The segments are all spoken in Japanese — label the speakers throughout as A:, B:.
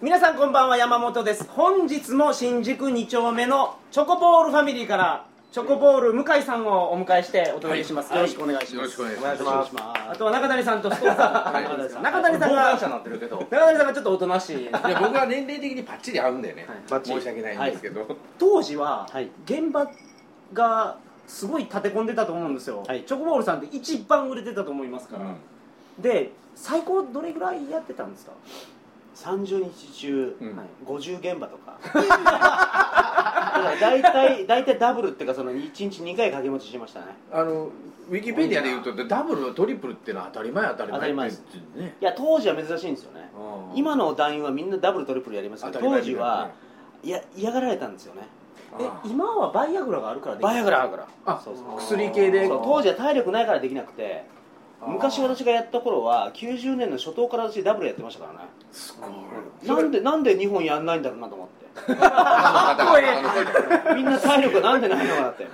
A: 皆さんこんばんは山本です本日も新宿2丁目のチョコボールファミリーからチョコボール向井さんをお迎えしてお届けします、よろしくお願いし
B: よ
A: ま
B: ろ
A: す
B: しくお願いし
C: お願
B: ま
C: い
B: す
C: します。
A: あとは中谷さんとストーンさん
B: はい
A: 中谷さん
C: 傍観者
A: が
C: になってるけど。
A: 中谷さんがちょっとおとなしい
B: いや僕は年齢的にパッチリ合うんだよね、
C: バッチリ
B: 申し訳ないんですけど、
A: 当時は
D: はい
A: 現場がすごい立て込んでたと思うんですよ、
D: はい
A: チョコボールさんって一番売れてたと思いますから、で最高どれぐらいやってたんですか、
D: 30日中、
B: うん
A: はい
D: 50現場とか だいたい大体ダブルっていうかその1日2回掛け持ちしましたね
B: あのウィキペディアで言うとダブルトリプルってのは当たり前当たり前
D: 当たり前で
B: って
D: す
B: 言ってね
D: いや当時は珍しいんですよね今の団員はみんなダブルトリプルやりますけど当時は、いや嫌がられたんですよね
B: 当たり前だよねあ
A: え今はバイアグラがあるからできる
D: バイアグラあるから
B: あ
D: そうそう
B: 薬系で
D: そう当時は体力ないからできなくて
B: あー
D: 昔私がやった頃は90年の初頭から私ダブルやってましたからね
B: すごい
D: なんでなんで日本やんないんだろうなと思っ
B: あの
A: か
B: 方
A: っこいい
B: あの方
D: てみんな体力なんでないのか なって、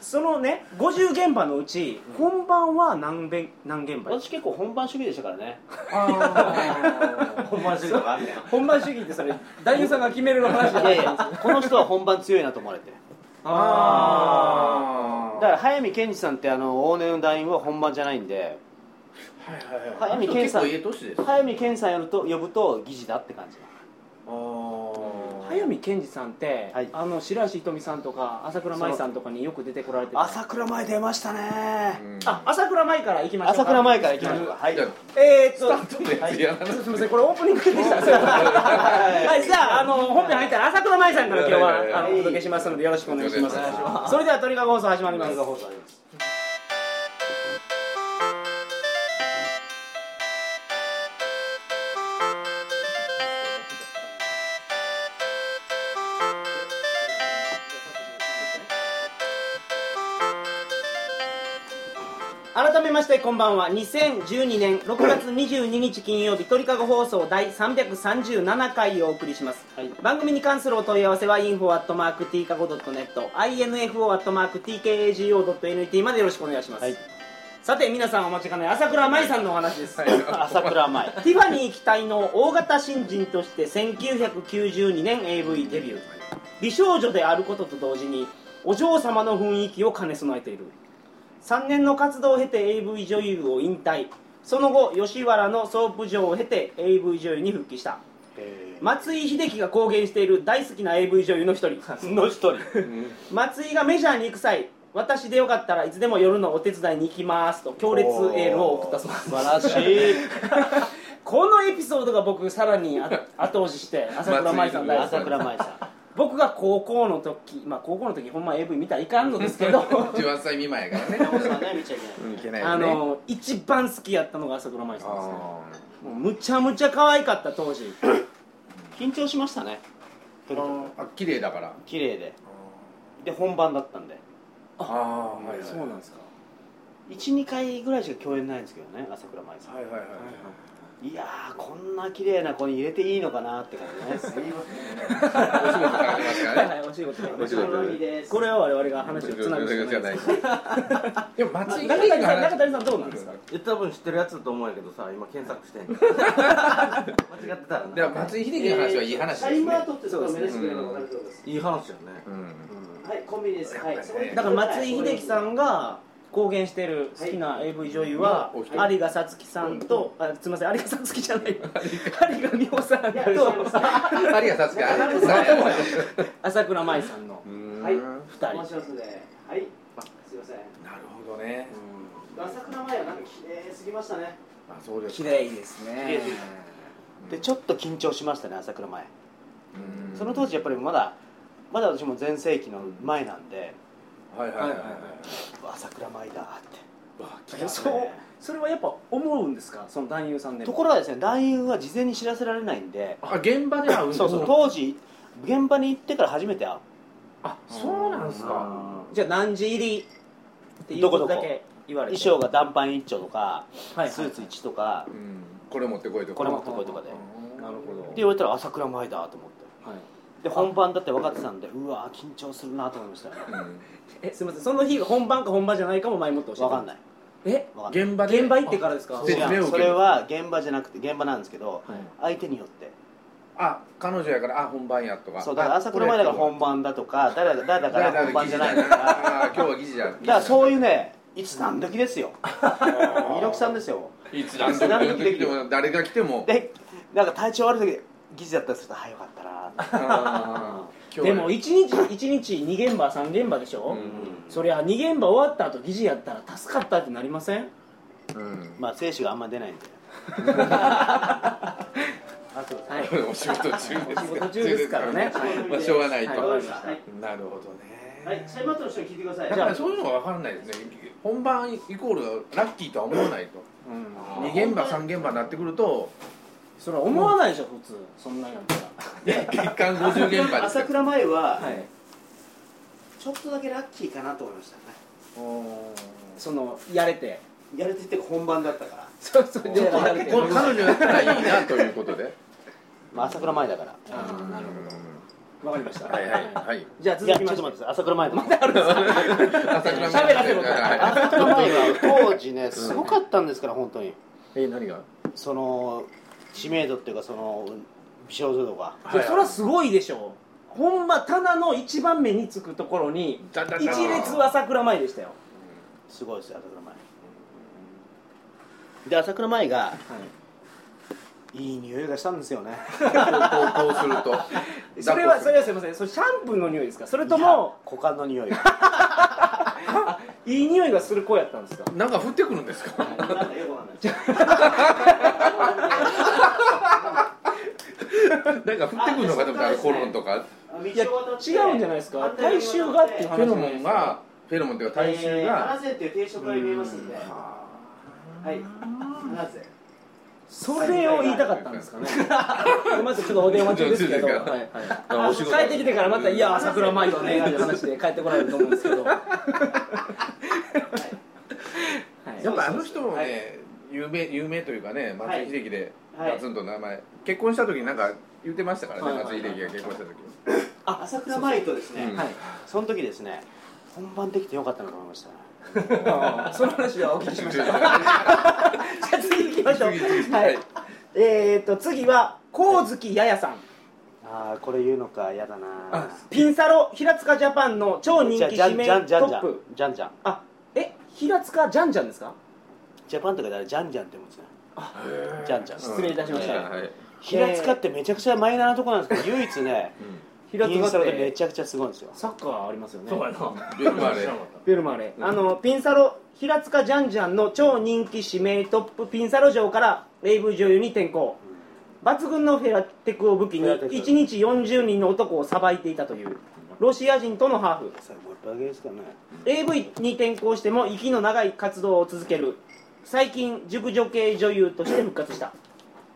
A: そのね50現場のうち本番は何べん何現場
D: 私結構本番主義でしたからね
B: あ
C: 本番主義とかあるね。
A: 本番主義ってそれ男優さんが決めるの話
D: いやいやこの人は本番強いなと思われて
A: あ
D: だから早見健二さんってあの往年の団員は本番じゃないんで
B: はいはいはい
D: 早見健さん
B: 結構家年です
D: 早見健さんやると呼ぶと疑似だって感じ
A: あ早見賢治さんって、
D: はい
A: あの白石ひとみさんとか朝倉舞さんとかによく出てこられてた
D: 朝倉前出ましたね
A: あ朝倉舞から行きましょうか
D: 朝倉前からいきましょうかはい
B: じゃあ
A: えー、っと
B: スタートのやつやらない
A: すみませんこれオープニングでしたすいませんはいじゃああの本編入ったら朝倉舞さんから今日
B: はいはいは
A: はいあのお届けしますのでよろしくお願いします
B: お願いし
A: それではトリガー放送始まります改めましてこんばんは2012年6月22日金曜日鳥かご放送第337回をお送りします、
D: はい
A: 番組に関するお問い合わせは info.tkago.net info.tkago.net までよろしくお願いします、
D: はい
A: さて皆さんお待ちかね朝倉舞さんのお話です、
D: 朝倉前
A: ティファニー期待の大型新人として1992年 AV デビュー美少女であることと同時にお嬢様の雰囲気を兼ね備えている3年の活動を経て AV 女優を引退その後吉原のソープ嬢を経て AV 女優に復帰した松井秀喜が公言している大好きな AV 女優の一人
D: の一人
A: 松井がメジャーに行く際私でよかったらいつでも夜のお手伝いに行きますと強烈エールを送ったそうです
D: 素晴らしい
A: このエピソードが僕さらにあ後押しして朝倉舞さん大好き
D: 朝倉前さん
A: 僕が高校の時まあ高校の時ほんま AV 見たらいかんのですけど
B: 18歳未満やからね
D: そうですよね見ちゃいけない
B: うんいけない
A: あ
B: よね
A: の一番好きやったのが朝倉舞さんですね
B: あー
A: もうむちゃむちゃ可愛かった当時
D: 緊張しましたねとにかく
B: あ綺麗だから
D: 綺麗でで本番だったんで
B: ああはいはい
A: そうなんですか
D: 12回ぐらいしか共演ないんですけどね朝倉舞さん
B: はいはいはいはい
D: いやーこんな綺麗な子に入れていいのかなって感じね。すいま
B: お仕事から出ますからね
A: はいお仕事で
B: お仕事で
D: です。
A: これ
D: は
A: は我々が話をつなぐしかないです
B: でも松井
A: 中
B: 秀喜
A: 谷
B: の
A: さん中
B: 話
A: 谷さんどうなんですか
C: 多分知ってるやつだと思うんやけどさ、今検索 してんの。間違ってたら
B: でも
C: な。
B: 松井秀喜の話はいい話です
D: シャインマ
B: ね
D: ートってところを目指してくれるのが大丈夫です。
C: いい話よね。
B: うん
D: はい、コンビニです。はい。
A: だから松井秀喜さん
D: が
A: が公言してる好きな AV 女優は
B: はい
A: 有賀さつきさんとあすみません有賀さつきじゃない有賀美穂さん
D: や違います
A: と
B: ありがとうございま す
A: 朝倉舞さんの
B: は
D: はいい
A: 二人
D: お待ちしますね。はい。すいません。
B: なるほどね
D: 朝倉前はなんか綺麗すぎましたね。
B: あそうです
A: 綺
B: か
A: 麗ですね
D: でちょっと緊張しましたね朝倉前。
B: うん
D: その当時やっぱりまだまだ私も全盛期の前なんで
B: はいはいはいは
A: は
B: い
A: いはいは
D: 朝倉前だっ
B: わ
D: て。
A: えそうそれはやっぱ思うんですかその男優さんでも
D: ところがですね団員は事前に知らせられないんで。
B: あ現場で会うんだ
D: そうそう当時現場に行ってから初めて会う
B: あそうなんすか
A: じゃあ何時入りっていうことだけ言われ
D: 衣
A: て
D: 装が短パン一丁とか、
A: はい
D: スーツ一とか
B: うんこれ持ってこいとか
D: これ持ってこいとかでで
A: なるほど
D: 言われたら朝倉舞だと思って
A: はい
D: で本番だって分かってたんでうわー緊張するなと思いましたね
B: うん
A: えすみませんその日が本番か本番じゃないかも前もって教えて
D: 分かんない
A: え
D: 分かんない
B: 現場で
A: 現場行ってからですか
B: あ説明を受ける
D: それは現場じゃなくて現場なんですけど相手によって
B: あ彼女やからあ本番やとか
D: そうだから朝倉前だから本番だとか誰だ誰だから本番じゃないと
B: だ
D: か
B: から
D: だか
B: あ今日は議事じゃだから
D: そういうねいつ何時ですよ弥勒さんですよ
B: いつ何時何時でも誰が来ても
D: でなんか体調悪い時疑似だったりすると「はいよかったな」
B: あー今
A: で
B: 日は
A: も一日一日2現場3現場でしょ、
B: うん
A: そりゃ2現場終わった後疑似やったら助かったってなりません
B: うん
D: まあ精子があんま出ないんであそうです
A: はい
B: お仕事中です
A: お仕事中ですからね
B: まあしょうがないと
A: はいわかりました
B: なるほどね
D: サイバートの人聞いてくださ
B: だからそういうのが分からないですね本番イコールラッキーとは思わないと2現場3現場になってくると
A: それは思わないでしょ普通そんなんやったら
B: 月間50現場です
D: 朝倉前は、
A: はい
D: ちょっとだけラッキーかなと思いましたね
A: そのやれて
D: やれてて本番だったから、
A: そうそう
B: ちょっ
A: で
B: と
A: や
B: だ
A: れ
B: け
A: て
B: この彼女だったらいいなということで
D: まあ、朝倉前だから
A: あーなる
B: ほ
A: ほどわかりました
B: はいはいはい
A: じゃあ
D: い
A: 続
D: や
A: き
D: ちょ
A: まして
D: っと待ってください朝倉前だまだある
B: 朝倉
A: 喋らせろ
B: はい
D: 朝倉前は当時ねすごかったんですから本当に
B: え何が
D: その知名度っていうかその美少女とか
A: いやそりゃすごいでしょほんま棚の一番目につくところに
B: だだだ
A: 一列朝倉前でしたよ
D: すごいですよ朝倉前で朝倉前がいい匂いがしたんですよね
B: こうこうすると
A: それはそれはすいませんそれシャンプーの匂いですかそれと
D: いや
A: も
D: 股間の匂いが
A: いい匂いがする子やったんですか
B: なんか降ってくるんですか
D: なんかよくわかんない
B: なんか降ってくるのかと思ったらコロンとか
A: いや違うんじゃないですか大衆がっていう話
B: フェロモンがフェロモンっていうか体臭が
D: せっていう定食が見えますんではい話せ
A: それを言いたかったんです かねまずちょっとお電話中ですけど
B: お電話中ですけど
A: はいはい
B: あお仕事
A: 帰ってきてからまた「いや朝倉舞だね」って話で帰ってこられると思うんですけどはい
B: やっぱあの人も
D: は
B: ね有名有名というかね松井秀喜で
D: はい
B: ガツンと名前結婚した時になんか言ってましたから
A: は
B: ね
A: いはい
B: 松井秀喜が結婚した時
A: あ
D: 朝倉舞とですね
B: うん
D: はいその時ですね本番できてよかったなと思いましたね
A: はいその話はお聞きしましたじゃあ 次行きましょう
B: 次次
A: は
B: はい
A: いえーっと次は光月ややさん
D: ああこれ言うのか嫌だな
B: あ
A: ピンサロ平塚ジャパンの超人
D: じゃ
A: 気
D: じゃ
A: 指名
D: んじゃんじゃ
A: ト
D: んじ
A: ッ
D: ゃん
A: プ
D: じゃんじゃん
A: あえ平塚ジャンジャンですか
D: ジャパンとかであれじゃんじゃんって思うんですねじゃんじゃん
A: 失礼いたしました
B: うん はいはい
D: 平塚ってめちゃくちゃマイナーなとこなんですけど唯一ね
A: 平
D: インスタ
A: 塚っ
D: でめ
A: て
D: ちゃくちゃすごいんですよ
A: サッカーありますよね
B: うんよくあれ
A: ベルマーレ、あのピンサロ平塚ジャンジャンの超人気指名トップピンサロ嬢から AV 女優に転向、抜群のフェラテクを武器に
D: フェラテク
A: 1日40人の男をさばいていたというロシア人とのハーフ
D: さあもう一回ですかね
A: AV に転向しても息の長い活動を続ける最近熟女系女優として復活した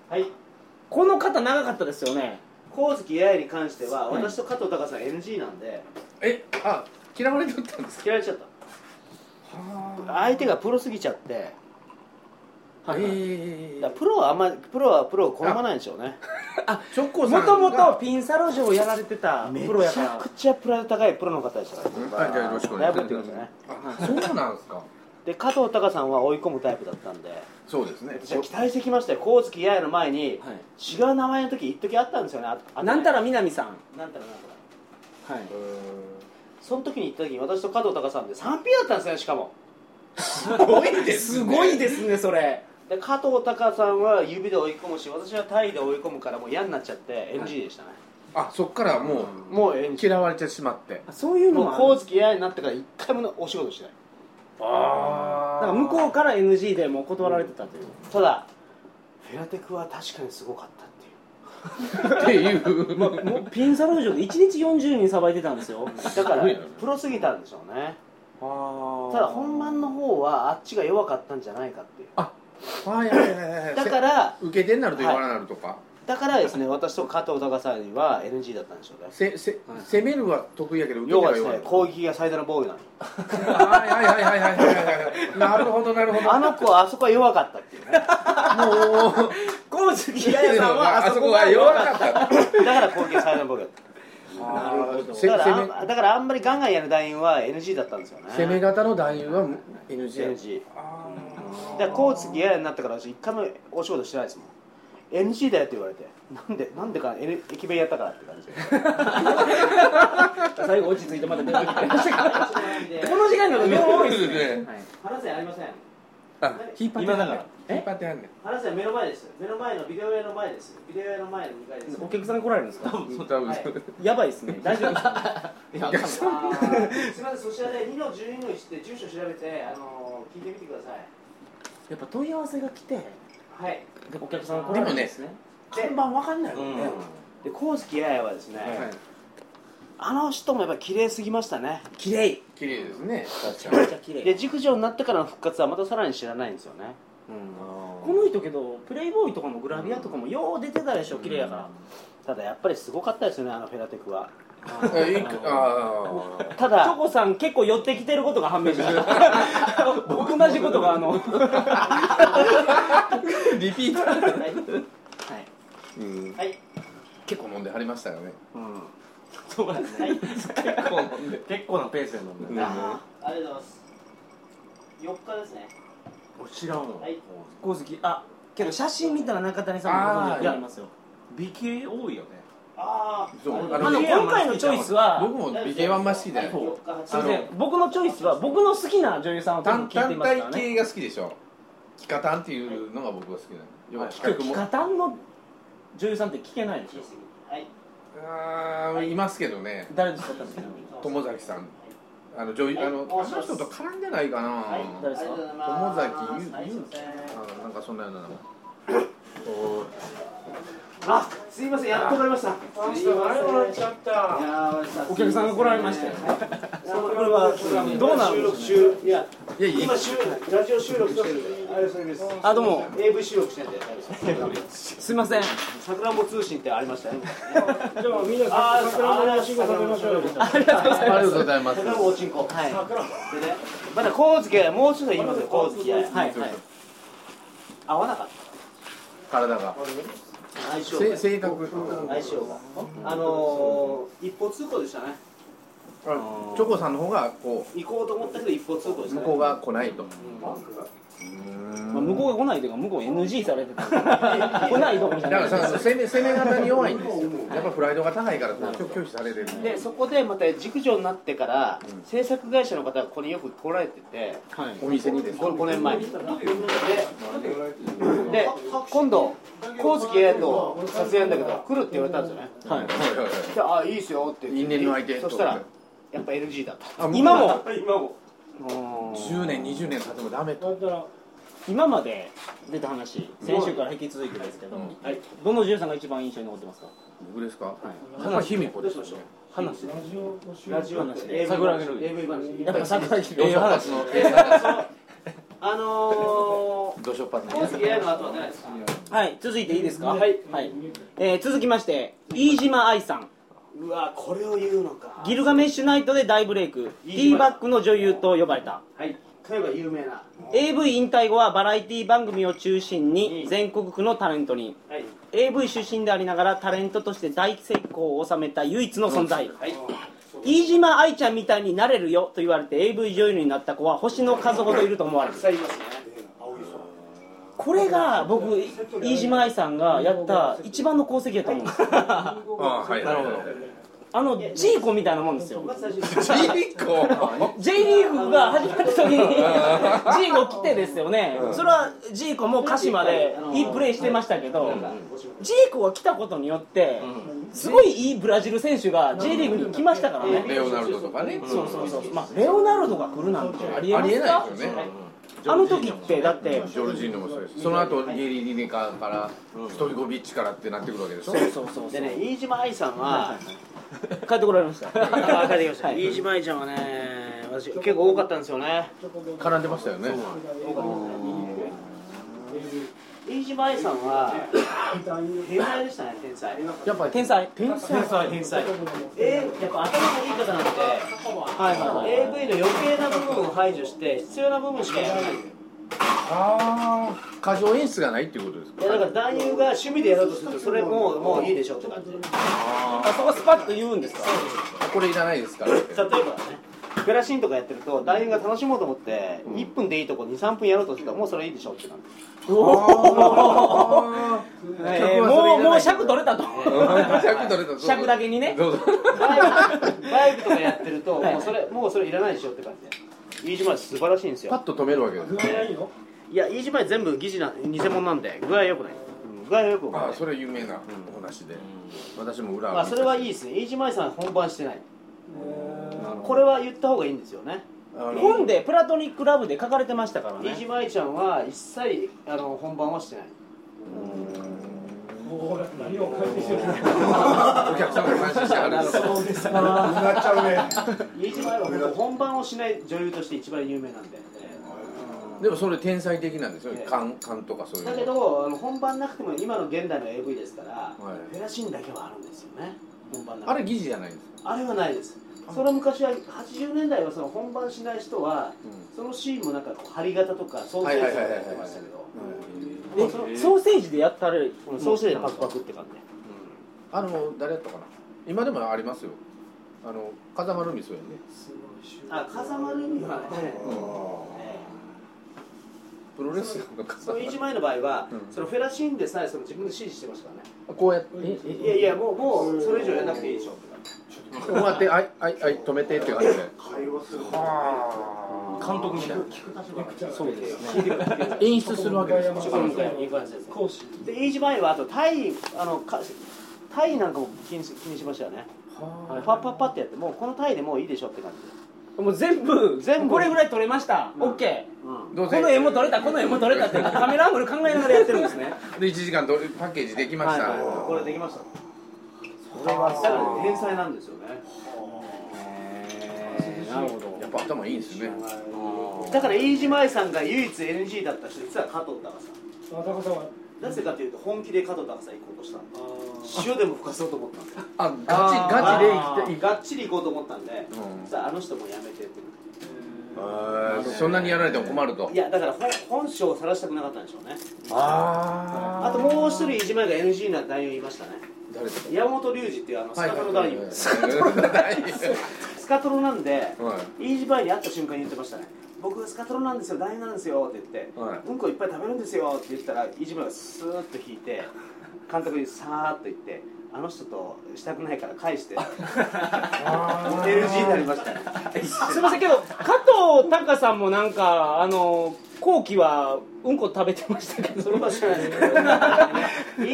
D: はい
A: この方長かったですよね
D: 光月八重に関しては
A: はい
D: 私と加藤隆さん NG なんで
B: えあ嫌われとったんですか
D: 嫌われちゃった相手がプロすぎちゃって
A: はいはい
B: え
D: だからプロはあんまプロはプロを好まないんでしょうね
B: チョコさ
A: も
B: ん
A: ともと
B: が
A: ピンサロ嬢をやられてた
D: めち
A: プロやか
D: ゃ
A: ら
D: くちゃプライド高いプロの方でしたから
B: うんはいじゃあよろしくお願いし
D: だ
B: ま
D: い
B: す
D: ぶ言ってくださいね
B: あそうなんですか
D: で加藤隆さんは追い込むタイプだったんで
B: そうですね
D: 私は期待してきましたよ光月八重の前に、
A: は
D: 違う名前の時一時あったんですよねああとね
A: なんたら南さん
D: なんたらなんたら
A: は いう
B: ーん
D: その時に行った時に私と加藤隆さんで 3P だったんですよねしかも
B: すごいです
A: ごいですねそれ
D: で加藤隆さんは指で追い込むし私はタイで追い込むからもう嫌になっちゃって NG でしたね、
B: あそっからも
D: もう
B: う
D: NG
B: 嫌われてしまって
A: あそういうの
D: も
A: も
D: う
A: ある
D: 光月八重になってから一回もお仕事しない
B: あ
A: だから向こうから NG でもう断られてたという、
D: ただフェラテクは確かにすごかったっていう
B: っていう
A: まあ、もうピンサロージョで1日40人さばいてたんですよ
D: だから
B: すごいな
D: プロすぎたんでしょうね
B: あ
D: ただ本番の方はあっちが弱かったんじゃないかっていう
B: はいはいはいはい
D: だから
B: 受け手になると言わなるとか、
D: だからですね私と加藤隆さんは NG だったんでしょうね
B: せせ攻めるは得意やけど受け
D: 要
B: 手
D: は
B: は
D: です
B: 弱い
D: ね攻撃が最大の防御なの
B: はいはいはいはいはいはいはいなるほどなるほど
D: あの子はあそこは弱かったっていうね
B: もう
A: 光月ややさんはあそこが
B: 弱
A: 弱かっ
B: かったな
D: だから攻撃が最大の防御だった
B: るほど
D: だ
B: 攻
D: からあ
B: め
D: んだからあんまりガンガンやる団員は NG だったんですよね
B: 攻め型の男優は NG や
D: NG だから光月嫌になったから私一回もお仕事してないですもん NC だよって言われてなんでなんでか、N、駅弁やったからって感じ で
A: 最後落ち着いてまた出てきてました からこ
D: こ
A: の時間が量多いですね
B: ね
A: はい
D: 話せありません
B: あ引っ張ってあんねん
C: 今だから
A: え
B: 引っ張ってあんねん
D: 話せ目の前です目の前のビデオ屋の前ですビデオ屋の前の2階です
A: お客さん来られるんですか
B: 多分
D: はい
A: やばいですね大丈夫ですか
C: いや、多
D: あ
C: 分
D: ーすみません、そちらで2の12の1って住所調べて、あのー聞いてみてください。
A: やっぱ問い合わせが来て
D: はい。
A: お客さん来られるんですね
D: で
A: 看板わかんないも
C: うんん
A: ね
D: で、光月八重はですね、
B: はい
D: あの人もやっぱり綺麗すぎましたね。
A: 綺麗
B: 綺麗ですね確
A: めっ
B: かに
A: ちゃ綺
D: で、
A: 麗
D: 熟女になってからの復活はまたさらに知らないんですよね。
A: この人けどプレイボーイとかもグラビアとかもよう出てたでしょ綺麗やから
D: ただやっぱりすごかったですよね、あのフェラテクは。
B: あいくあー
A: チ
D: た
A: ョ
D: だ、
A: コさん結構寄ってきてることが判明し ました僕同じことがあの
B: リピーター
D: はい。
B: うん
D: はい。
B: 結構飲んではりましたよね
C: うん
A: そうですね
C: 結構飲んで結構なペースで飲ん
B: う
C: で
B: ん
C: る
D: あーありがとうございます。4日ですね。
C: お知らんわ
D: はい
A: 光月あけど写真見たら中谷さんもご存知だと思いますよ
C: 美形多いよね
D: あー
B: そう
D: あり
A: あ
D: が
A: の
D: とうございます
A: 今回のチョイスは
B: 僕も美形はあんま好きじゃない
D: はい4日
A: すいま
D: 8日
A: せん僕のチョイスは僕の好きな女優さんを多分
B: 単
A: 聞いて
B: 単
A: ますから
B: 体
A: ね
B: 系が好きでしょキカタンっていうのが僕は好きなの要は
A: 今
B: 企
A: 日
B: 画
A: キ
B: も
A: カタンの女優さんって聞けないでしょ
D: はい。
B: あーいますけどね
A: 誰ですか確かに
B: 友崎さんあの女優あの
D: はい
B: あの人と絡んでないかな
D: はい、
A: 誰ですか
D: ありがとうございます
B: 友崎ゆ
D: はい
B: ゆう
D: すいません
B: あなんかそんなような名前
D: あ、すいません、やっと来られました。すいません
E: ゃった
D: いやー
A: お客さんが来られましたよ
D: はい
E: こ
D: こ
E: れ
D: れ
E: は
D: は
A: どうなる
E: 収
A: ん
E: 録中い
A: ですかね
E: や
B: いやい
E: 今
B: や
E: 収ラジオ収録してるあれそれです
A: あどうも
E: AV 収録してんだよ
A: すいません
D: さくらんぼ通信ってありましたね。
E: じゃあみんな
D: あー
E: 桜のおしご食べましょうよ
B: ありがとうございます
D: さくらんぼおちんこ。はい。でね、
E: 桜
D: まだこうずけ、もうちょっと言いますよ、こうずけ。はい。
A: はいはい
D: 合わなかっ
B: 体が
D: た。相性
B: せ
D: が。
B: 性格
D: 相性が。あのー、一歩通行でしたね。
B: あチョコさんの方がこ
D: 行こうと思ったけど、一歩通行で
B: う
D: した
B: 向
D: ね。
B: こうが来ないと
A: まあ向こうが来ないというか向こう NG されてた来ないどころじゃ
B: だ
A: な
B: か
A: い
B: らさ攻め攻め方に弱いんですよやっぱプライドが高いからこう拒否されてる
D: でそこでまた熟女になってから、制作会社の方がここによく来られてて
A: はい
B: お店にですか
D: 5, 年前にでで今度光月彩と撮影なんだけど来るって言われたんですよね
A: はい
D: でああいいっすよって
B: 因縁の相手
D: そしたらやっぱ NG だった
B: あう
A: 今も
E: 今も
B: 10年20年経ってもダメと
A: だから今まで出た話先週から引き続いてですけど、
B: うん
A: はいどの女優さんが一番印象に残ってますか
B: 僕ですかや
A: い
B: っぱ卑弥呼ですよね
A: 話
D: ラジオの AV
A: 桜木瑠璃
D: AV 話
A: やっぱ桜木
B: ええ
A: さん
B: 話のええ話
D: あの
B: どうしよっぱ
D: ー光月彩の後は誰ですか
A: はい続いていいですか
E: はい
A: えー続きまして飯島愛さん
D: うわこれを言うのか
A: ギルガメッシュナイトで大ブレイクテ
D: 飯島
A: ィーバックの女優と呼ばれた
D: はい例えば有名な
A: AV 引退後はバラエティ番組を中心に全国区のタレントに
D: はい
A: AV 出身でありながらタレントとして大成功を収めた唯一の存在
D: はい
A: 飯島愛ちゃんみたいになれるよと言われて AV 女優になった子は星の数ほどいると思われる
D: さあ言いますね
A: これが僕飯島愛さんがやった一番の功績やと思うんですよ
B: あはいなるほど
A: あのジーコみたいなもんですよ
D: まず最初に
B: 卑弥 呼
A: J リーグが始まった 時にジーコ来てですよねそれはジーコも鹿島でいいプレーしてましたけどジーコが来たことによってすごいいいブラジル選手が J リーグに来ましたからね
B: レオナルドとかね
A: そうそうそうまあレオナルドが来るなんてありえ
B: あ
A: ま
B: りえ
A: す
B: な
A: か
B: いですよね
A: あの時ってだって
B: ジョルジーノもそうですその後ゲリリネカからストイコビッチからってなってくるわけでしょ
A: そうそうそうそう
D: でね飯島愛さんは
A: 帰ってこられました
D: あ帰ってきました、
A: はい
D: 飯島愛ちゃんはね私結構多かったんですよね
B: 絡んでましたよね
D: 飯島愛さんは天才でしたね天才
B: やっぱり
A: 天才天才はい
D: 天才えーやっぱ頭のいい方なんで
A: はい
D: AV の余計な部分を排除して必要な部分しかやらないい
B: ああ過剰演出がないっていうことですか
D: やだから男優が趣味でやろうとするとそれもうもういいでしょって感じで例え
A: あそこスパッと言うんですか
B: これいらないですから
D: ばねペラシーンとかやってると団員が楽しもうと思って1分でいいとこ23分やろうとしてたらもうそれいいでしょってなる
B: あー
A: えーもうもう尺取れたと
B: 尺取れた
A: 尺だけにね
B: どうぞ
D: バイクとかやってると
A: はい
D: もうそれもうそれいらないでしょって感じで飯島素晴らしいんです
B: パ
D: よ
B: ッと止めるわけです
E: 具合がいいの
D: いや飯島全部疑似な偽物なんで具合良くないうん具合良くない
B: ああそれ有名なお話で私も裏を見
D: まあ
B: た
D: それはいいですね飯島さん本番してない
E: え
D: これは言った方がいいんですよね
B: あの
A: 本で「プラトニック・ラブ」で書かれてましたから
D: 飯
A: ね
D: 島ちゃんは一切あの本番はしてない
E: ーもう何を感じてる
B: お客様に感謝してはるんですよ
E: そうですかなっちゃうね
D: 飯島愛は本番をしない女優として一番有名なんで、
B: でもそれ天才的なんですよ
D: ええ
B: 勘勘とかそういう
D: だ
B: の
D: けどあの本番なくても今の現代の AV ですから、
B: い
D: ペラシーンだけはあるんですよね本番なく
B: あれ疑似じゃないんですよ
D: あれはないですそれは昔は80年代はその本番しない人は、
B: う
D: そのシーンもなんかこう針型とかソーセージとかやってましたけど
A: えソーセージでやったら
D: うんソーセージパクパクって感じ
B: あの誰やったかな今でもありますよあの風間ルミそうやね
D: あ風間ルミはね、ええ
B: プロレスの
D: そ
B: 風
D: の
B: 間
D: 一枚の場合は、
B: うん
D: そのフェラシーンでさえその自分で指示してましたからね、
B: こうやってえ
D: いやいやもうもうそれ以上やらなくていいでしょって感じ
B: こうやってあいあいあい止めてって感じで
E: 会話する
C: 監督みたいな
E: そうですね
B: 演出するわけですよ
E: ちょっ
D: そ
E: と
D: う
E: 見
D: みた
E: た
D: い
E: い
D: な感じです
E: 講師
D: で飯島愛はあとタイあのかタイなんかも気にし気にしましたよねパッパッパってやってもうこのタイでもういいでしょって感じで
A: もう全部
D: 全部
A: これぐらい取れました、オッケ
D: うん
B: ど
A: ー
B: う
A: こ
B: せ
A: の絵も取れたこの絵も取れたってカメラアングル考えなが らやってるんですね
B: で1時間どれパッケージできました、
D: はいはいはいこれできましたこれはだから天才なんですよね
A: なるほど
B: やっぱ頭いいんですよね
D: だから飯島愛さんが唯一 NG だった人実は加藤隆さん
E: あ高さは
D: なぜかというと本気で加藤隆さん行こうとしたんで塩でも吹かそうと思ったんですよ
B: あガチガチで生きてい
D: がっちり行こうと思ったんで、
B: ん
D: さああの人もやめてって
B: あーそんなにやられても困ると
D: いやだから本本性を晒したくなかったんでしょうね
B: あ
D: あともう一人飯島が NG な男優いましたね
B: 誰だ
D: 山本隆二っていうあのスカトロ男優
B: スカトロ男優
D: スカトロなんで
B: はい
D: 飯島に会った瞬間に言ってましたね僕スカトロなんですよ男優なんですよって言って、
B: はい
D: うんこいっぱい食べるんですよって言ったら飯島がスーッと引いて監督にさーっと言ってあの人としたくないから返して NG になりましたね
A: すみませんけど加藤隆さんもなんかあの後期はうんこ食べてましたけど
D: それは知らないですけど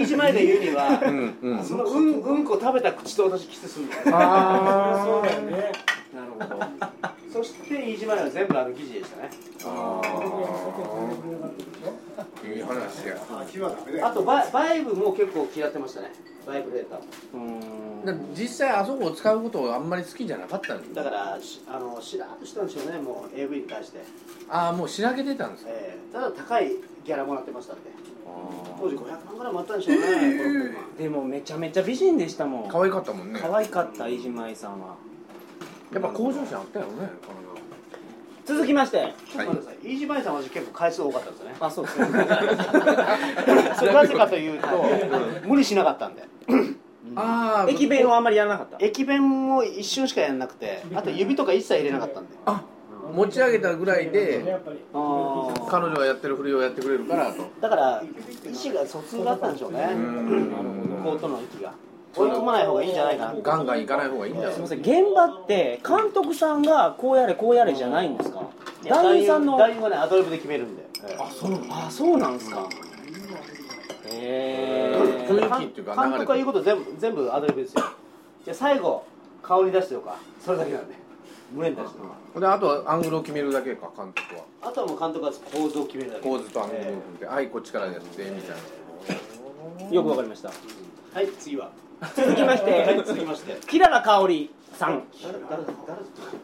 D: 飯島で言うには、
B: うんうん
D: そのうんうんこ食べた口と私キスするんだよ
B: あ
E: そうだよね
D: なるほど。そして飯島屋は全部あの記事でしたね。
B: ーいい話や
D: あとバイバイブも結構嫌ってましたね。バイブレーターも。
B: でも実際あそこを使うことをあんまり好きじゃなかったんです
D: だ
B: よ
D: からしあのしらっとしたんでしょうね。もう AV に対して、
B: ああもうしらけてたんですよ
D: えーただ高いギャラもらってましたんで。当時500万ぐらいもらったんでしょうね。500万
A: でもめちゃめちゃ美人でしたもん
B: 可愛かったもんね
A: 可愛かった飯島愛さんは
B: やっぱ向上心あったよね
A: 続きまして
D: ちょっと待ってください。飯島屋さんは私結構回数多かったんですよね。
A: あそうですね
D: それなぜかというと無理しなかったんで。
B: ああ
A: 駅弁はあんまりやらなかった
D: 駅弁も一瞬しかやんなくて、あと指とか一切入れなかったんで。
B: あ持ち上げたぐらい
E: や
B: で
E: っぱり
D: あー
B: 彼女がやってるふりをやってくれるからと
D: だから意思が疎通があったんでしょうね。
B: うん
D: との息が追い込まない方がいいんじゃないかな
B: ガンガン行かない方がいいんだよ
A: すみません現場って監督さんがこうやれこうやれじゃないんですか男優さんの
D: 男優はねアドリブで決めるんで
B: あそうなの
A: あそうなんですかへえ
B: 雰囲気っていうか
D: 監督が言うこと全部全部アドリブですよじゃあ最後顔に出してようかそれだけなんで胸に出してようか
B: であとはアングルを決めるだけか監督は
D: あとはもう監督が構図を決めるだけ
B: 構図とアングルを決めてはいこっちからやってみたいな
A: よくわかりました
D: はい次は
A: 続きまし
D: はい
A: て
D: 続きまして
A: キララ香織さん
D: 誰誰誰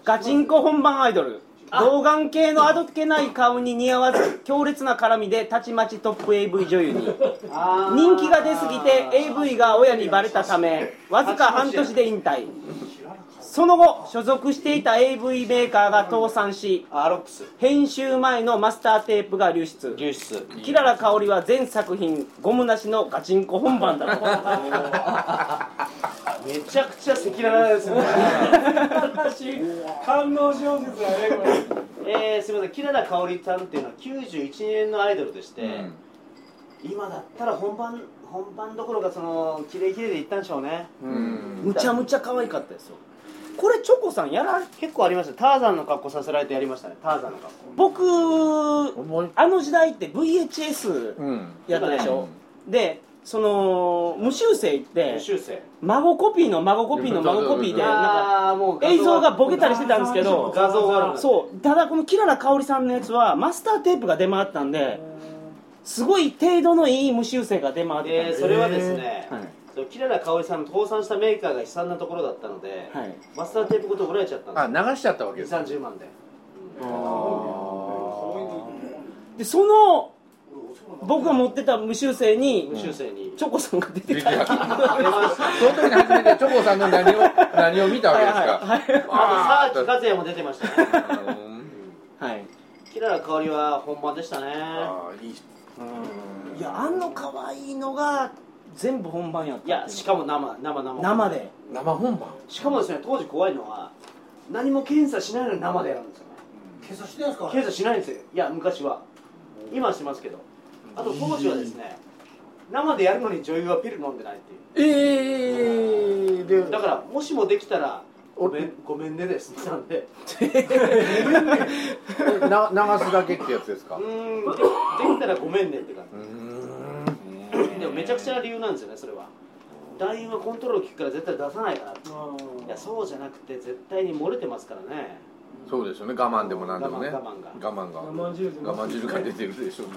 A: ガチンコ本番アイドル童顔系のあどけない顔に似合わず強烈な絡みでたちまちトップ AV 女優に
D: あー
A: 人気が出すぎて AV が親にバレたためわずか半年で引退その後所属していた AV メーカーが倒産し
D: あロックス
A: 編集前のマスターテープが流出
D: 流出
A: キララ香織は全作品ゴムなしのガチンコ本番だと
D: めちゃくちゃ赤裸々ですね
E: 私感動小説だねこれ
D: えー、すみませんキララ香織さんっていうのは91年のアイドルでして、今だったら本番本番どころかそのキレイキレイで行ったんでしょうね
B: うん
A: むちゃむちゃ可愛かったですよこれチョコさんやら
D: 結構ありましたターザンの格好させられてやりましたねターザンの格好
A: 僕
B: 重い
A: あの時代って VHS
B: うん
A: やったでしょ、でその無修正って
D: 修正
A: 孫コピーの孫コピーの孫コピーで
B: うん
A: なんか
D: ああもう画像
A: 映像がボケたりしてたんですけど
D: 画像がある
A: そうただこのキララ香織さんのやつはマスターテープが出回ったんですごい程度のいい無修正が出回ってたん
D: で
A: です
D: それはですね、
A: はい
D: そのキララ香織さんの倒産したメーカーが悲惨なところだったので、
A: はい
D: マスターテープごと売られちゃったんです
B: あ
D: よ
B: 流しちゃったわけです
D: 2 3 0万で、
A: でその僕が持ってた無修正に
D: 無修正に
A: チョコさんが出て
B: 出て
A: た
B: きたそ
D: 出ました
B: の時に初めてチョコさんの何を何を見たわけですか
A: はいはい
D: あとサーキ和也も出てましたね
A: はい
D: キララ香織は本番でしたね
B: あーいい
A: いやあの可愛いのが全部本番やったって
D: いう
A: の
D: やしかも生生生
A: 生で
B: 生本番
D: しかもですね当時怖いのは何も検査しないのに生でやるんですよね
E: 警察してるんですか
D: 検査しないんですよいや昔は今はしてますけどあと当時はですね生でやるのに女優はピル飲んでないっていう
B: えーで
D: だからもしもできたらごめんごめんねですなんでごめんね
B: えな流すだけってやつですか
D: うーんでできたらごめんねって感じでもめちゃくちゃな理由なんですよねそれは団員はコントロール効くから絶対出さないからっていやそうじゃなくて絶対に漏れてますからね
B: そうですよね我慢でも何でもね
D: 我慢我
B: 我慢が
E: 我慢汁出ます
B: 我慢汁が出てるでしょうね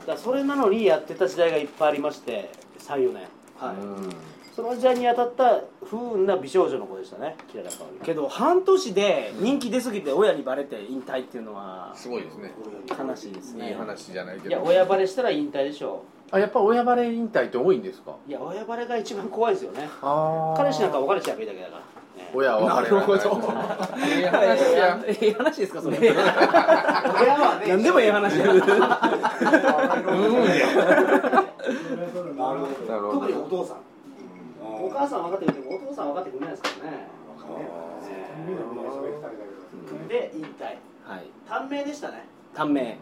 D: だからそれなのにやってた時代がいっぱいありまして34年はい、その時代に当たった不運な美少女の子でしたねキララ香織
A: けど半年で人気出すぎて親にバレて引退っていうのは
B: すごいですね
A: 悲しいです
B: いい
A: ね
B: 話じゃないけ
D: いや
B: ど
D: 親バレしたら引退でしょ
B: あやっぱ親バレ引退って多いんですか
D: いや親バレが一番怖いですよね
B: あ
D: 彼氏なんか別れちゃえばいいだけだから、ね、
B: 親は別れられないい
A: い
B: い話や
A: い話ですかそれ何でもいい話です
E: なるほど
B: なるほ
D: 特にお
B: ど
D: 父さんお母さん分かってくれてもお父さん分かってくれないですからねで引退
A: はい
D: 短命でしたね
A: 短命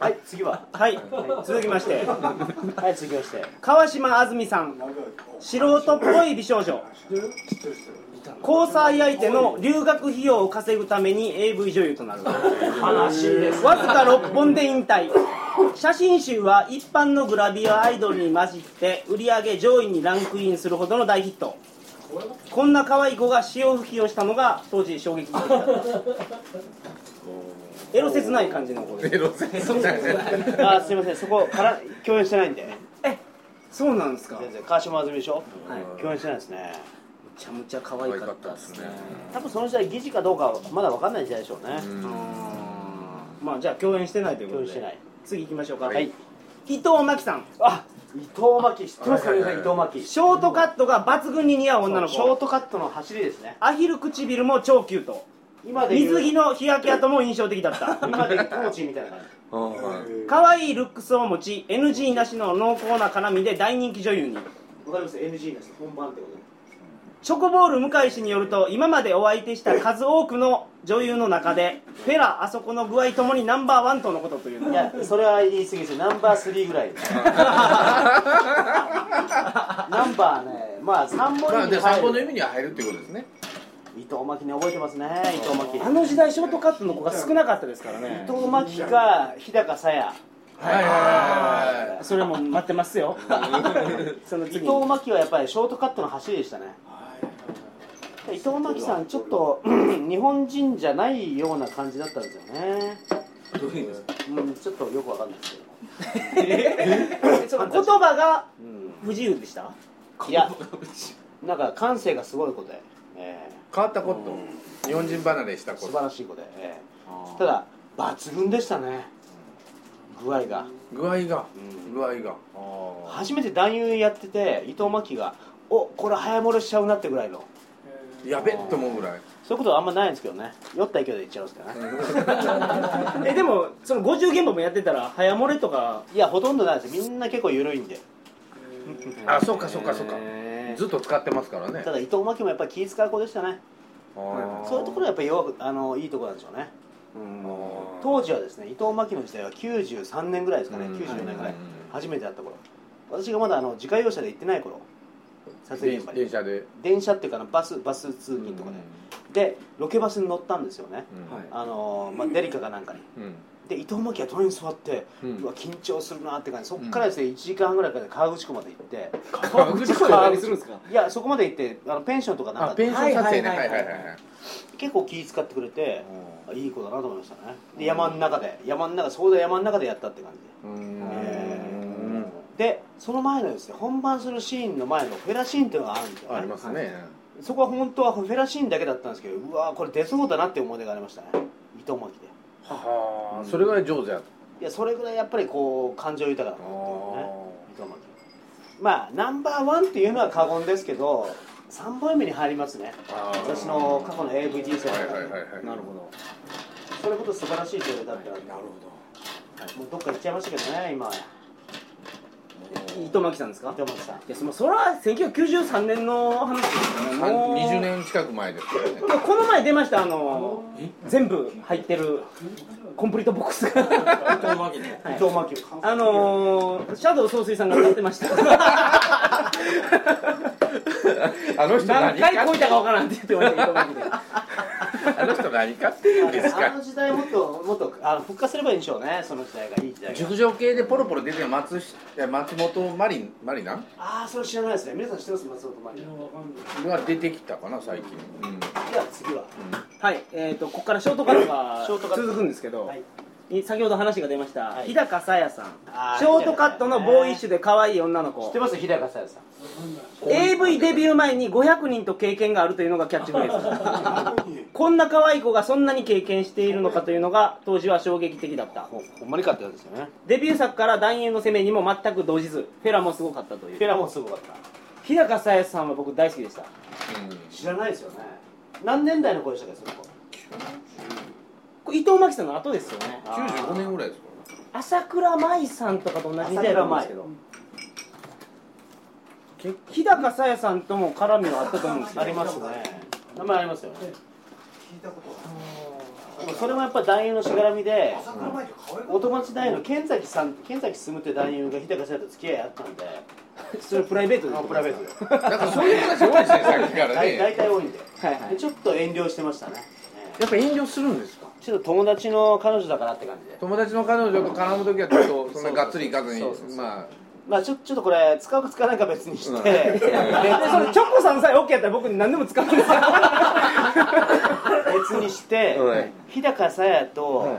D: はい次は
A: はい続きまして
D: はい続きまして
A: 川島あずみさん素人っぽい美少女交際相手の留学費用を稼ぐために AV 女優となる
D: 悲しいです
A: わずか6本で引退写真集は一般のグラビアアイドルに混じって売り上げ上位にランクインするほどの大ヒットこんな可愛い子が潮吹きをしたのが当時衝撃的だったエロ切ない感じの子です
B: エロ先生
D: あすいませんそこから共演してないんで
A: えそうなんですかめ
D: 全然川島あずみでしょ、
A: はい
D: 共演してないですね
A: ちゃむちゃ可愛かったですね
B: 可愛かっ
D: 多分その時代疑似かどうかはまだ分かんない時代でしょうね、
A: うーんまあじゃあ共演してないということで
D: 共演してない
A: 次行きましょうか
D: はい
A: 伊藤真希さん
D: あ伊藤真希知ってますか皆さん伊藤真希
A: ショートカットが抜群に似合う女の
D: ショー
A: 子
D: トカットの走りですね
A: アヒル唇も超キュート
D: 今で言う
A: 水着の日焼け跡も印象的だった
D: 今で言うコーチみたいな感じ
A: 可愛いルックスを持ち NG なしの濃厚な絡みで大人気女優に
D: わかります NG です本番ってことで
A: チョコボール向井氏によると今までお相手した数多くの女優の中でフェラあそこの具合ともにナンバーワンとのことという
D: い
A: の
D: や、それは言い過ぎですよ。ナンバー3ぐらい。 ナンバーね、まあ3本
B: まあ
D: 指
B: で
D: に入
B: 3
D: る
B: 本の意味には入るってことですね
D: 伊藤真希ね、覚えてますね、伊藤真希。伊
A: あの時代ショートカットの子が少なかったですからね
D: 藤真希か、日高さや。
B: はいはいはい
A: それも待ってます よその
D: 伊
A: 次
D: 藤真希はやっぱりショートカットの走りでしたね。伊藤真希さん、ちょっと 日本人じゃないような感じだったんですよね。
C: どういう意味ですか
D: うん、ちょっとよくわかんないですけど。
A: その言葉が不自由でした
D: いや、なんか感性がすごい子で。ええ
B: 変わったこと日本人離れしたこ
D: 素
B: と
D: 晴らしい子で、ええただ抜群でしたね具合が
B: 具合が具合が
D: 初めて男優やってて伊藤真希が「おこれ早漏れしちゃうな」ってぐらいの
B: やべっと思うぐらい
D: そういうことはあんまないんですけどね酔った勢いで言っちゃうんですけどね
A: えでもその50現場もやってたら早漏れとか
D: いやほとんどないですみんな結構緩いんで
B: あそうかそうかそうか
A: え
D: ね
B: ずっと使ってますからね
D: ただ伊藤真希もやっぱり気使う子でしたね
B: あー
D: そういうところはやっぱり弱くあのいいところなんでしょうね
B: 当
D: 当時はですね伊藤真希の時代は93年ぐらいですかね
B: うん
D: 94年ぐら
B: う
D: い
B: ん
D: 初めて会った頃私がまだあの自家用車で行ってない頃撮影現場
B: 電
D: に
B: 車で
D: 電車っていうかなバスバス通勤とかねでロケバスに乗ったんですよね
B: うん
A: はい
D: あの、まあ、デリカかなんかに
B: うん
D: で伊藤真希は隣に座って
B: うん
D: うわ緊張するなって感じそっからですね1時間半ぐらいかけて河口湖まで行って
B: 川口湖
A: 川口するんですか
D: いやそこまで行ってあのペンションとかなん
B: あ
D: か
B: ペンション撮影ね
A: は
B: はいい
A: は
B: はいい
A: は
B: はい
A: は
B: いはいい
D: 結構気使ってくれてあいい子だなと思いましたねで山の中で山の中そうだ山の中でやったって感じ
B: うん
D: えーでその前のですね本番するシーンの前のフェラシーンっていうのがあるんですよ、ね、
B: ありますね
D: そこは本当はフェラシーンだけだったんですけどうわーこれ出そうだなって思い出がありましたね伊藤真希で
B: はあそれぐらい上手や
D: いやそれぐらいやっぱりこう感情豊かだなと、ね、伊藤真希まあナンバーワンっていうのは過言ですけど3番目に入りますね私の過去の AV 人生の
B: は
D: 中
B: い
D: で、
B: はいはいはい
A: なるほど
D: それほど素晴らしい女優だったな
A: なる
D: もうどっか行っちゃいましたけどね今は
A: ほど糸巻さんです
D: 伊
A: か
D: 藤真希さん
A: いやそのそれは1993年の話ですよねもう
B: 20年近く前ですからね
A: いやこの前出ましたあの全部入ってるコンプリートボックスが
C: 当のわけね
A: はい
D: 伊藤真希
A: あのー、シャドウ総帥さんが歌ってました
B: あの人
A: 何
B: 何買
A: 回こ
B: っ
A: いたかわからんって言ってました糸巻で
B: あの人何買ってるんです
D: あ
B: か
D: の時代もっともっとあの復活すればいいんでしょうねその時代がいい時代が
B: 熟女系でポロポロ出てる松し松本まりまりな
D: ああそれ知らないですね皆さん知ってます松本まりいや
B: が出てきたかな最近
D: 次は
A: はいえー、とここからショートカットが
D: ショートカット
A: 続くんですけど、
D: はい
A: い先ほど話が出ました、
D: はい
A: 日高さやさん
D: あー
A: ショートカットのボーイッシュで可愛い女の
D: 知っ
A: 子
D: てます日高さやさん
A: AV デビュー前に500人と経験があるというのがキャッチフレ ーズこんな可愛い子がそんなに経験しているのかというのが当時は衝撃的だった
D: ほほんまに買ってたんですよね
A: デビュー作から男優の攻めにも全く動じずフェラもすごかったとい
D: フ
A: う
D: ェラもすごかった
A: 日高さやさんは僕大好きでした
D: 知らないですよね何年代の子でしたっけその子
A: これ伊藤真希さんの後ですよね
B: うん95年ぐらいですか
A: 朝倉舞さんとかと同じ時代だと思うんですけど結日高さやさんとも絡みはあったと思うんですけ
D: あ
A: ど
D: りますね名前ありますよね
F: 聞いたこと
D: でもそれもやっぱ男優のしがらみで
F: 朝倉舞と可愛か
D: お友達大の剣崎さん剣崎進むって男優が日高さやと付き合いあったんで
A: それプライベートです
D: あプライベートで
B: らなんかそういう話多いですねさっきから
D: 大
B: ね
D: 大体多いんで
A: はいは
D: で
A: い
D: ちょっと遠慮してましたねね
B: やっぱ遠慮するんですか
D: ちょっと友達の彼女だからって感じで
B: 友達の彼女と絡む時はちょっとそんながっつりいかずに
D: そうそうそう
B: まあ
D: まあちょちょっとこれ使うか使わないか別にして、
B: うん
D: 別
A: でそれチョコさんさえ OK やったら僕何でも使うんですよ
D: 別にして、
B: はい
D: 日高さやと、
B: はい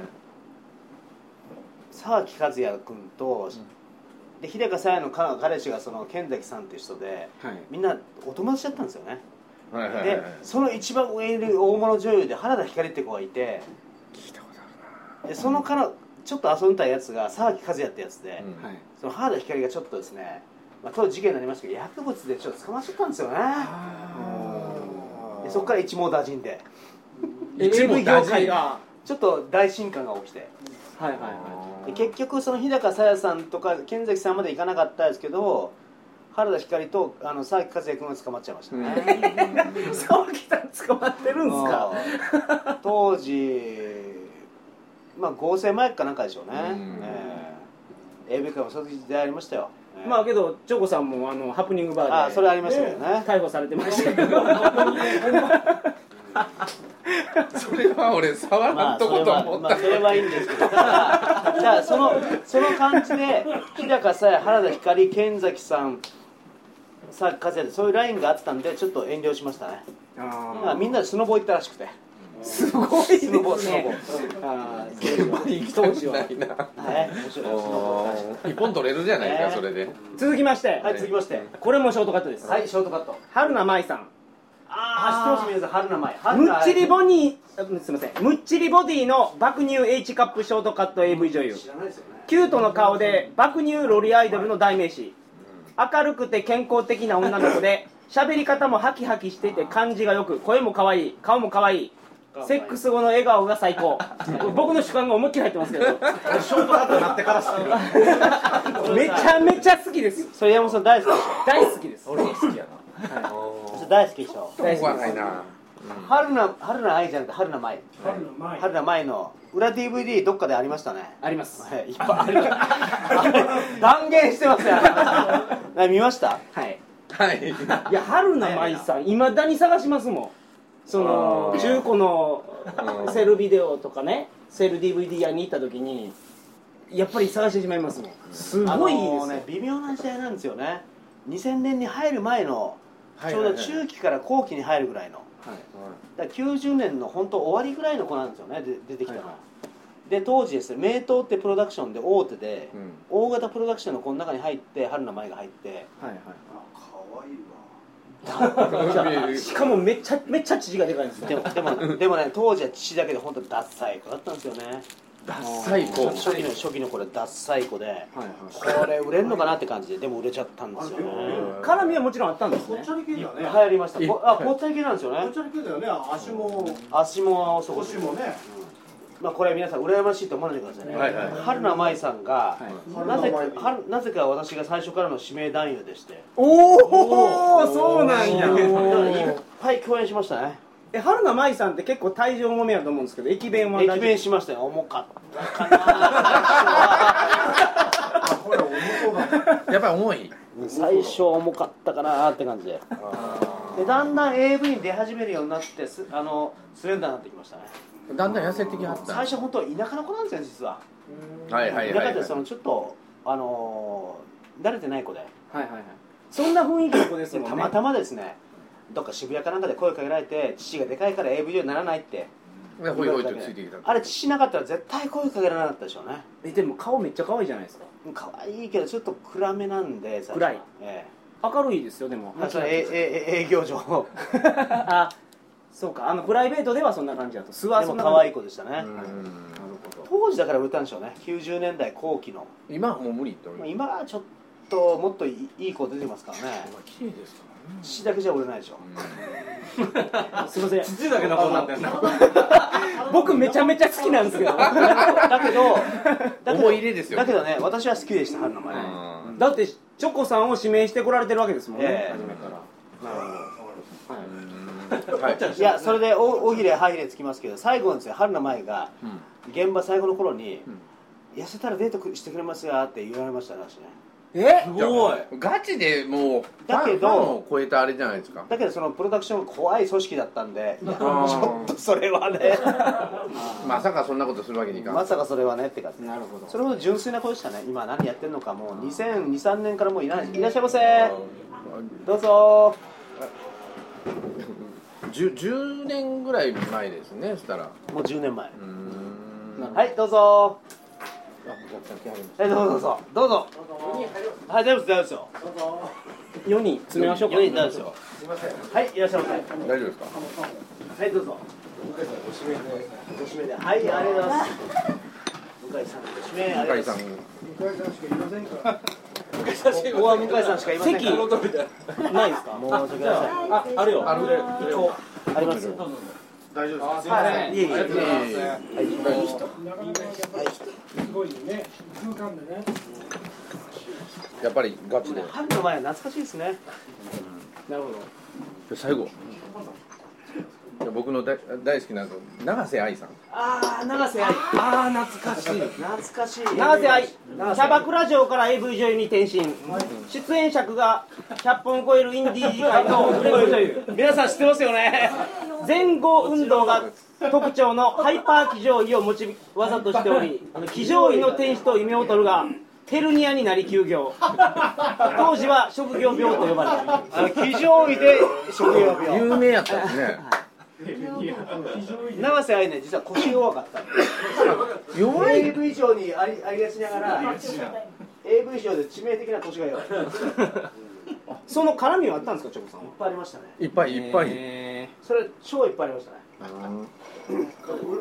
D: 沢木和也君と、で日高さやの彼彼氏がその剣崎さんっていう人でみんなお友達だったんですよね、
B: はいはい
D: でその一番上にいる大物女優で原田ひかりって子がいて
B: 聞いたこと
D: でそのからちょっと遊んでたやつが沢木和也ってやつで、
B: ある
D: その原田ひかりがちょっとですね、まあ、当時事件になりましたけど薬物でちょっと捕まっちゃったんですよねでそこから一網打尽で
B: 一部
A: AV 業界が
D: ちょっと大進化が起きて
A: はいはいは
D: で結局その日高さやさんとか剣崎さんまでいかなかったですけど原田ひかりとあの沢木和也君が捕まっちゃいましたね、
A: い沢木さん捕まってるんですか
D: うん当時まあ合成麻薬かなんかでしょうね、
B: うん
D: ええ AV 界もそういう時代ありましたよ、ええ
A: まあけどチョコさんもあのハプニングバーで
D: あそれありましたけどね
A: 逮捕されてましたけど
B: それは俺触らんとこと思っ
D: まあ
B: た
D: それはいいんですけどただじゃあそのその感じで日高さや原田ひかり剣崎さんさっき風でそういうラインがあったんでちょっと遠慮しましたねだからみんなでスノボ行ったらしくて
A: すごい です
D: スノボスノ
A: ね
D: ボ、
A: あー
B: 現場に行きたくないな
D: はい面白いスノボ
B: 一本取れるじゃないですかそれで
A: 続きまして、
D: はい続きまして
A: これもショートカットです、
D: はいショートカット
A: 春名舞さん
D: あ知ってます皆さん春名前
A: むっちり
D: ン
A: ボニーあすいませんむっちりボディの爆乳 H カップショートカット AV 女優
D: 知らないですよね
A: キュートの顔で爆乳ロリアイドルの代名詞明るくて健康的な女の子で喋り方もハキハキしてて感じがよく声も可愛い顔も可愛いセックス後の笑顔が最高僕の主観が思いっきり入ってますけど
F: ショートカットになってから知って る
A: めちゃめちゃ好きです
D: それ山本さん大好きでしょ
A: 大好きです
F: 俺も好きやな
D: 大好きでしょ
B: 大好きないな
D: 春菜春菜愛じゃなくて春菜舞
E: 春の前
D: 春菜舞の裏 DVD どっかでありましたね
A: あります
D: はいいっぱいあります断言してますねあれな見ました
A: はい
B: はい
A: いや春名舞さんいまだに探しますもんその
B: あー
A: 中古の
B: うん
A: セルビデオとかねセル DVD 屋に行った時にやっぱり探してしまいますもんすごいいいです
D: あの
A: よ、
D: ね微妙な時代なんですよね2000年に入る前のちょうど中期から後期に入るぐらいのだから90年の本当終わりぐらいの子なんですよねで出てきたのは、で当時ですね名刀ってプロダクションで大手で、
B: うん
D: 大型プロダクションのこの中に入って春の前が入って
A: はいはい
F: 可愛いわ
A: しかもめっちゃめっちゃ父がでかいんです
D: で
A: よ
D: もでもでもね当時は父だけで本当にダッサい子だったんですよね
B: 最高
D: 初期の初期の頃はダッサい子でこれ売れんのかなって感じででも売れちゃったんですよね
F: あでも
A: 絡みはもちろんあったんです
F: ぽっ
A: ね
F: ちゃり系だよ
D: 流
F: ね
D: 行りました
B: い
D: ぽあぽっちゃり系なんですよ
F: ぽっ
D: ね
F: ちゃり系だよね足も
D: 足もそこ
F: 腰もね
D: まあこれ皆さん羨ましいと思わないでくださいね、
B: はいはいはい
D: 春菜舞さんが、
F: い
D: なぜ
F: 春菜
D: か
F: 舞
D: 春なぜか私が最初からの指名男優でして
A: おおそうなんや
D: だからいっぱい共演しましたね
A: え春名舞さんって結構体重重めやと思うんですけど駅弁は大丈
D: 駅
A: 夫
D: 弁しましたよ重かったか
F: あこれ重そうだね
B: やっぱり重い
D: な最初重かったかなって感じででだんだん AV に出始めるようになってすあのスレンダーになってきましたね
B: だんだん痩せてきはった
D: 最初本当は田舎の子なんですよ実は
B: はいはい
D: 田
B: は
D: 舎
B: い
D: でそのちょっとあのー慣れてない子で
A: はいはいはいそんな雰囲気の子です
D: で
A: もんね
D: たまたまですねどっか渋谷かなんかで声かけられて父がでかいから AV 女優にならないって
B: でほいほいとついてきた
D: あれ父なかったら絶対声かけられなかったでしょうね
A: えでも顔めっちゃ可愛いじゃないですか
D: 可愛いけどちょっと暗めなんで最初は
A: 暗い
D: え
A: 明るいですよでも
D: えまあそれはえええ営業上
A: あそうかあのプライベートではそんな感じだと素は
D: で
A: そ
D: も
A: んな
D: 可愛い
A: 子
D: 子でしたね、
B: うん
D: 当時だから売れたんでしょうね90年代後期の、
B: 今はもう無理って
D: まあ、
B: 俺
D: 今はちょっともっといいいい子出てますからね
B: 綺麗ですか
D: 父だけじゃ売れないでしょ、
A: すいません
C: 土だけ残ってんだ
A: 僕めちゃめちゃ好きなんです けどだ
D: だけどだけど
B: 思い入れ ですよ
D: だけどね私は好きでした春の前、
B: ら
A: ってチョコさんを指名してこられてるわけですもんね、
D: ええ
A: 初めから
B: はい
D: いやそれでお尾ひれ歯ひれつきますけど最後なんですよ春の前が現場最後の頃に「痩せたらデートくしてくれますよ」って言われましたらしいね
A: え
C: すごい
B: ガチでもう
D: だけど
B: ファンを超えたあれじゃないですか
D: だけどそのプロダクションが怖い組織だったんで いやち
B: あー
D: ょっとそれはね
B: まさかそんなことするわけにいかん
D: まさかそれはねって感じ
A: なるほど
D: それほど純粋な子でしたね今何やってんのかもう2023年からもういないいらっしゃいませどうぞ
B: 10, 10年ぐらい前ですねそしたら
D: もう10年前
B: うーん
D: はいどうぞ
B: あお客さん来はりまし
D: えどうぞどうぞどうぞはい大丈夫です大丈夫ですよ
A: 4人詰めましょうか
D: 4人大丈夫ですよ
F: すいません
D: はいいらっしゃいませ
B: た大丈夫ですか
D: はいどうぞ
F: 向井さんご指名で
D: ご指名ではいありがとうございます向井さんご指名ありが
B: 向井
D: とう
B: さん
D: ございます
F: 向井さんしかいませんから
D: ここは向井さんしかいませんから
A: 席ないですか
D: 申し訳ない
A: ああるよ
B: ある
D: あります
F: 大丈夫ですすいません
A: いえいえ
E: なかなかやっぱりすごいね空間でね
B: やっぱりガチで
D: 春の前懐かしいですね
A: なるほ
B: 最後いや僕の大大好きな永瀬愛さん
D: ああ永瀬愛
B: ああ懐かしい
D: 懐かしい
A: ど永瀬愛キ
D: 永瀬
A: ャバクラ嬢から AV 女優に転身、出演尺が100本超えるインディー次界の売れっ子女優
D: 皆さん知ってますよね
A: 前後運動が特徴のハイパー騎乗位を持ち技としておりあの騎乗位の天使と異名を取るがヘルニアになり休業当時は職業病と呼ばれた
D: あの非常位で職業病
B: 有名やったんですね
D: 永瀬愛ね実は腰弱かったんで
B: 弱い
D: AV 以上にありありがちながら AV 以上で致命的な腰が弱いいっ
A: その絡みはあったんですかチョコさんは
D: ぱいありましたね
B: いっぱいいっぱい、
D: それ超いっぱいありましたね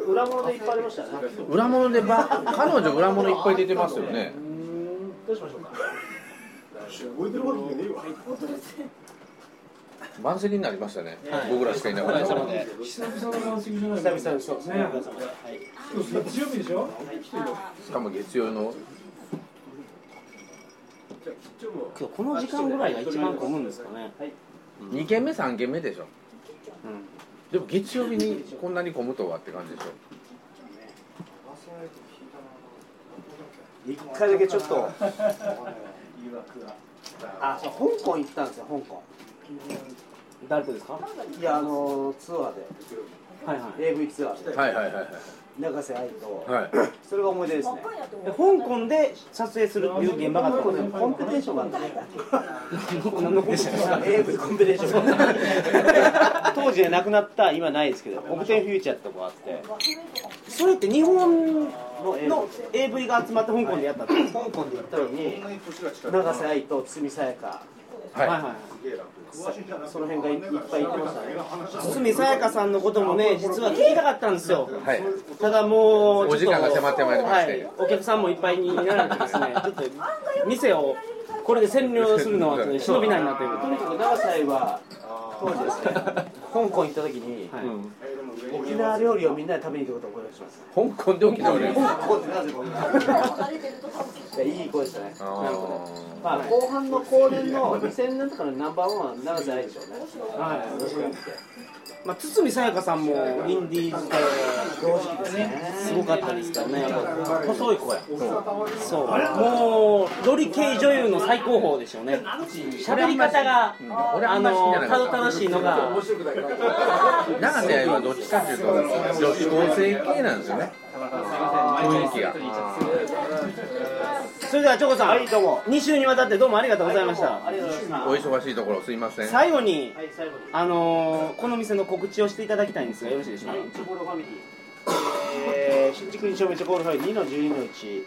D: う裏物でいっぱいありましたね
B: 裏物でば彼女裏物いっぱい出てますよね
D: どうしましょうか
F: 置いてるわけねえわ
B: 満席になりましたね、僕らしかいなかった
D: 様で
E: 久々の満席じゃない
D: 久々にそうですね
E: ね
D: お疲れ様ではい
E: 月曜日でしょ
B: しかも月曜の
A: 今日この時間ぐらいが一番混むんですかね
B: 2軒目3軒目でしょ、でも月曜日にこんなに混むとはって感じでしょ
D: 一回だけちょっと
F: 誘惑が
D: あそう香港行ったんですよ香港
A: 誰とですかはい
D: やあのツアーで
A: いはい
D: AV ツアーで
B: はいはいはいはい
D: 永瀬愛と
B: はい
D: それが思い出ですね
A: え香港で撮影するっていう現場があった
D: こ
A: ん
D: れ
A: ですよ
D: ねコンペテーションがあってね
A: 何のことですか
D: AV コンペテーション 当時ねなくなった今ないですけどオブテンフューチャーってとこあって
A: それって日本
D: の AV
A: の AV が集まって香港でやったってことですか
D: 香港で行ったのに
F: こんなに年が近い
D: 永瀬愛と堤さやか
B: はい
A: はいはい
F: すげえ楽
D: その辺がいっぱい行ってましたね
A: 堤さやかさんのこともね実は聞きたかったんですよ
B: はい
A: ただもう
B: お時間が迫ってまいりまし
A: は
B: て
A: い、お客さんもいっぱいになられてです ねちょっと店をこれで占領するのはち ょっと忍びないなということ
D: と
A: で
D: にかく長瀬愛は当時ですね香港行った時に
A: はい
C: うん
D: 沖縄料理をみんなで食べに行くことを思い出します
B: 香港で起きたわけですあ
D: 香港ってなぜか沖縄料理いやいい子でしたね
B: ー
D: まあ後半の後年の2000年とかのナンバーワンは長瀬愛でしょうね
A: はい
D: 確かに
A: まあ、堤さやかさんもインディーズ
D: 同時期ですね
A: ですごかったですからね細い子やそう
F: あれ
A: もうロリ系女優の最高峰でしょうね喋り方が
B: 俺あ
A: あ
B: んま好き
A: の
B: じゃな
A: た
B: か
A: ど
B: った
A: たどしいのが
B: 永瀬愛はどっちかっていうと女子高生系なんですよね雰囲気が
A: それではチョコさん、
D: はいどうも
A: 2週にわたってどうもありがとうございました、
D: ありがとうございました
B: お忙しいところすいません
A: 最後に
D: はい最後に
A: あのーこの店の告知をしていただきたいんですがよろしいでしょうか、
D: はい、チョコロファミリー。えー、新宿2丁目チョコロファミリー2の12の1、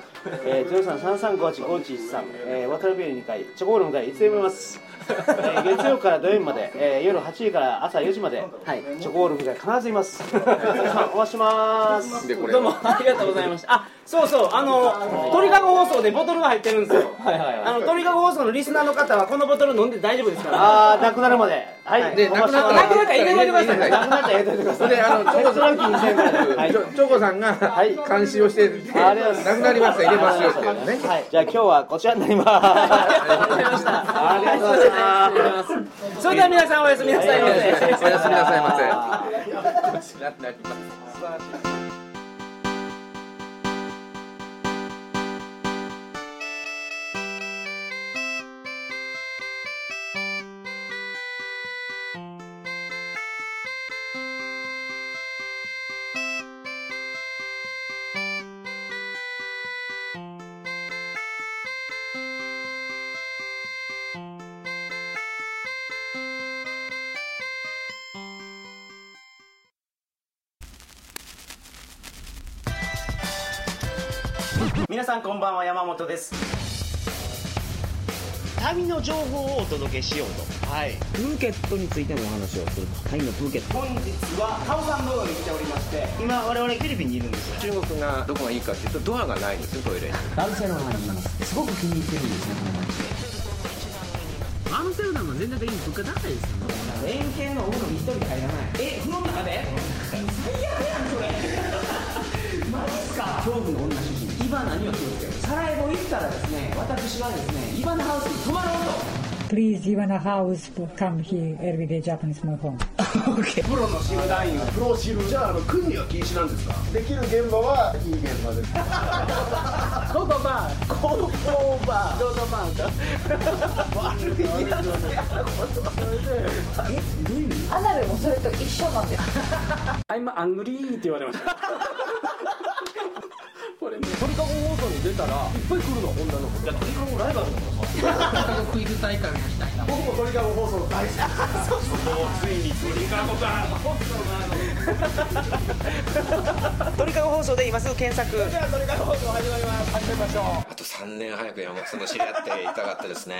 D: えー、0333585113、えー、渡辺ビル2階、チョコロの向かい、いつでもいます、えー、月曜から土曜日まで、えー、夜8時から朝4時まで、はい、チョコロの向かい必ずいます。皆さん、お待ちします。
B: でこれ
A: どうもありがとうございました。あ、そうそう、あの、鳥かご放送でボトルが入ってるんですよ。はいはい、あの、鳥かご放送のリスナーの方は、このボトル飲んで大丈夫ですから。
D: あー、なくなるまで。はい、
B: で
D: お待ちしてま
A: あ
D: す
A: なくなったら入れといてください
B: 入れといてください
D: なくなったら入れといてくださ
B: であの
D: い。
B: チョコさん
D: はい
B: チョチョコさんが
D: はい
B: 監視をして
D: ありがとうござい ます
B: なくなりました入れますよっていうね
D: はい、じゃあ今日はこちらになります。あ
A: りがとうございました
D: ありがとうござい
A: ありが
D: ま
A: とうございます。それでは皆さんおやすみなさいませ。
B: おやすみなさいませ
D: す。
A: 皆さんこんばんは山本です旅の情報をお届けしようとはいプーケットについてのお話をするとタイのプーケット本日はカオさんの方に来ておりまして今我々フィリピンにいるんですよ
B: 中国がどこがいいかっていうとドアがないんですよトイレ
A: バルセロナにいますすごく気に入ってるんですねこの街バルセロナも全然的に物価高いですよ連携のお風呂に一人で入らないえ風呂の中で最悪やんそれマジっすか恐怖の女主人イバナには気をつけようサラエボ行ったらですね私はですねイバナハウスに泊まろうと
G: Please, Ivana House, to come here every day, Japanese my home.
F: プロのシル団員はプロシルじゃああの訓には禁止なんですかできる現場はいい現場です
A: ゴーゴーバーゴーゴーバーゴーゴーバーだ悪いやつや
H: アナルもそれと一緒なんです
A: I'm angry って言われましたこれね鳥かご放送に出たらいっぱい来るの女の子いや鳥かごライバルだからさ
F: 僕も鳥かご放送大好き
A: 鳥かご放送で今すぐ検索
I: あと3年早く山本さんと知り合っていたかったですね。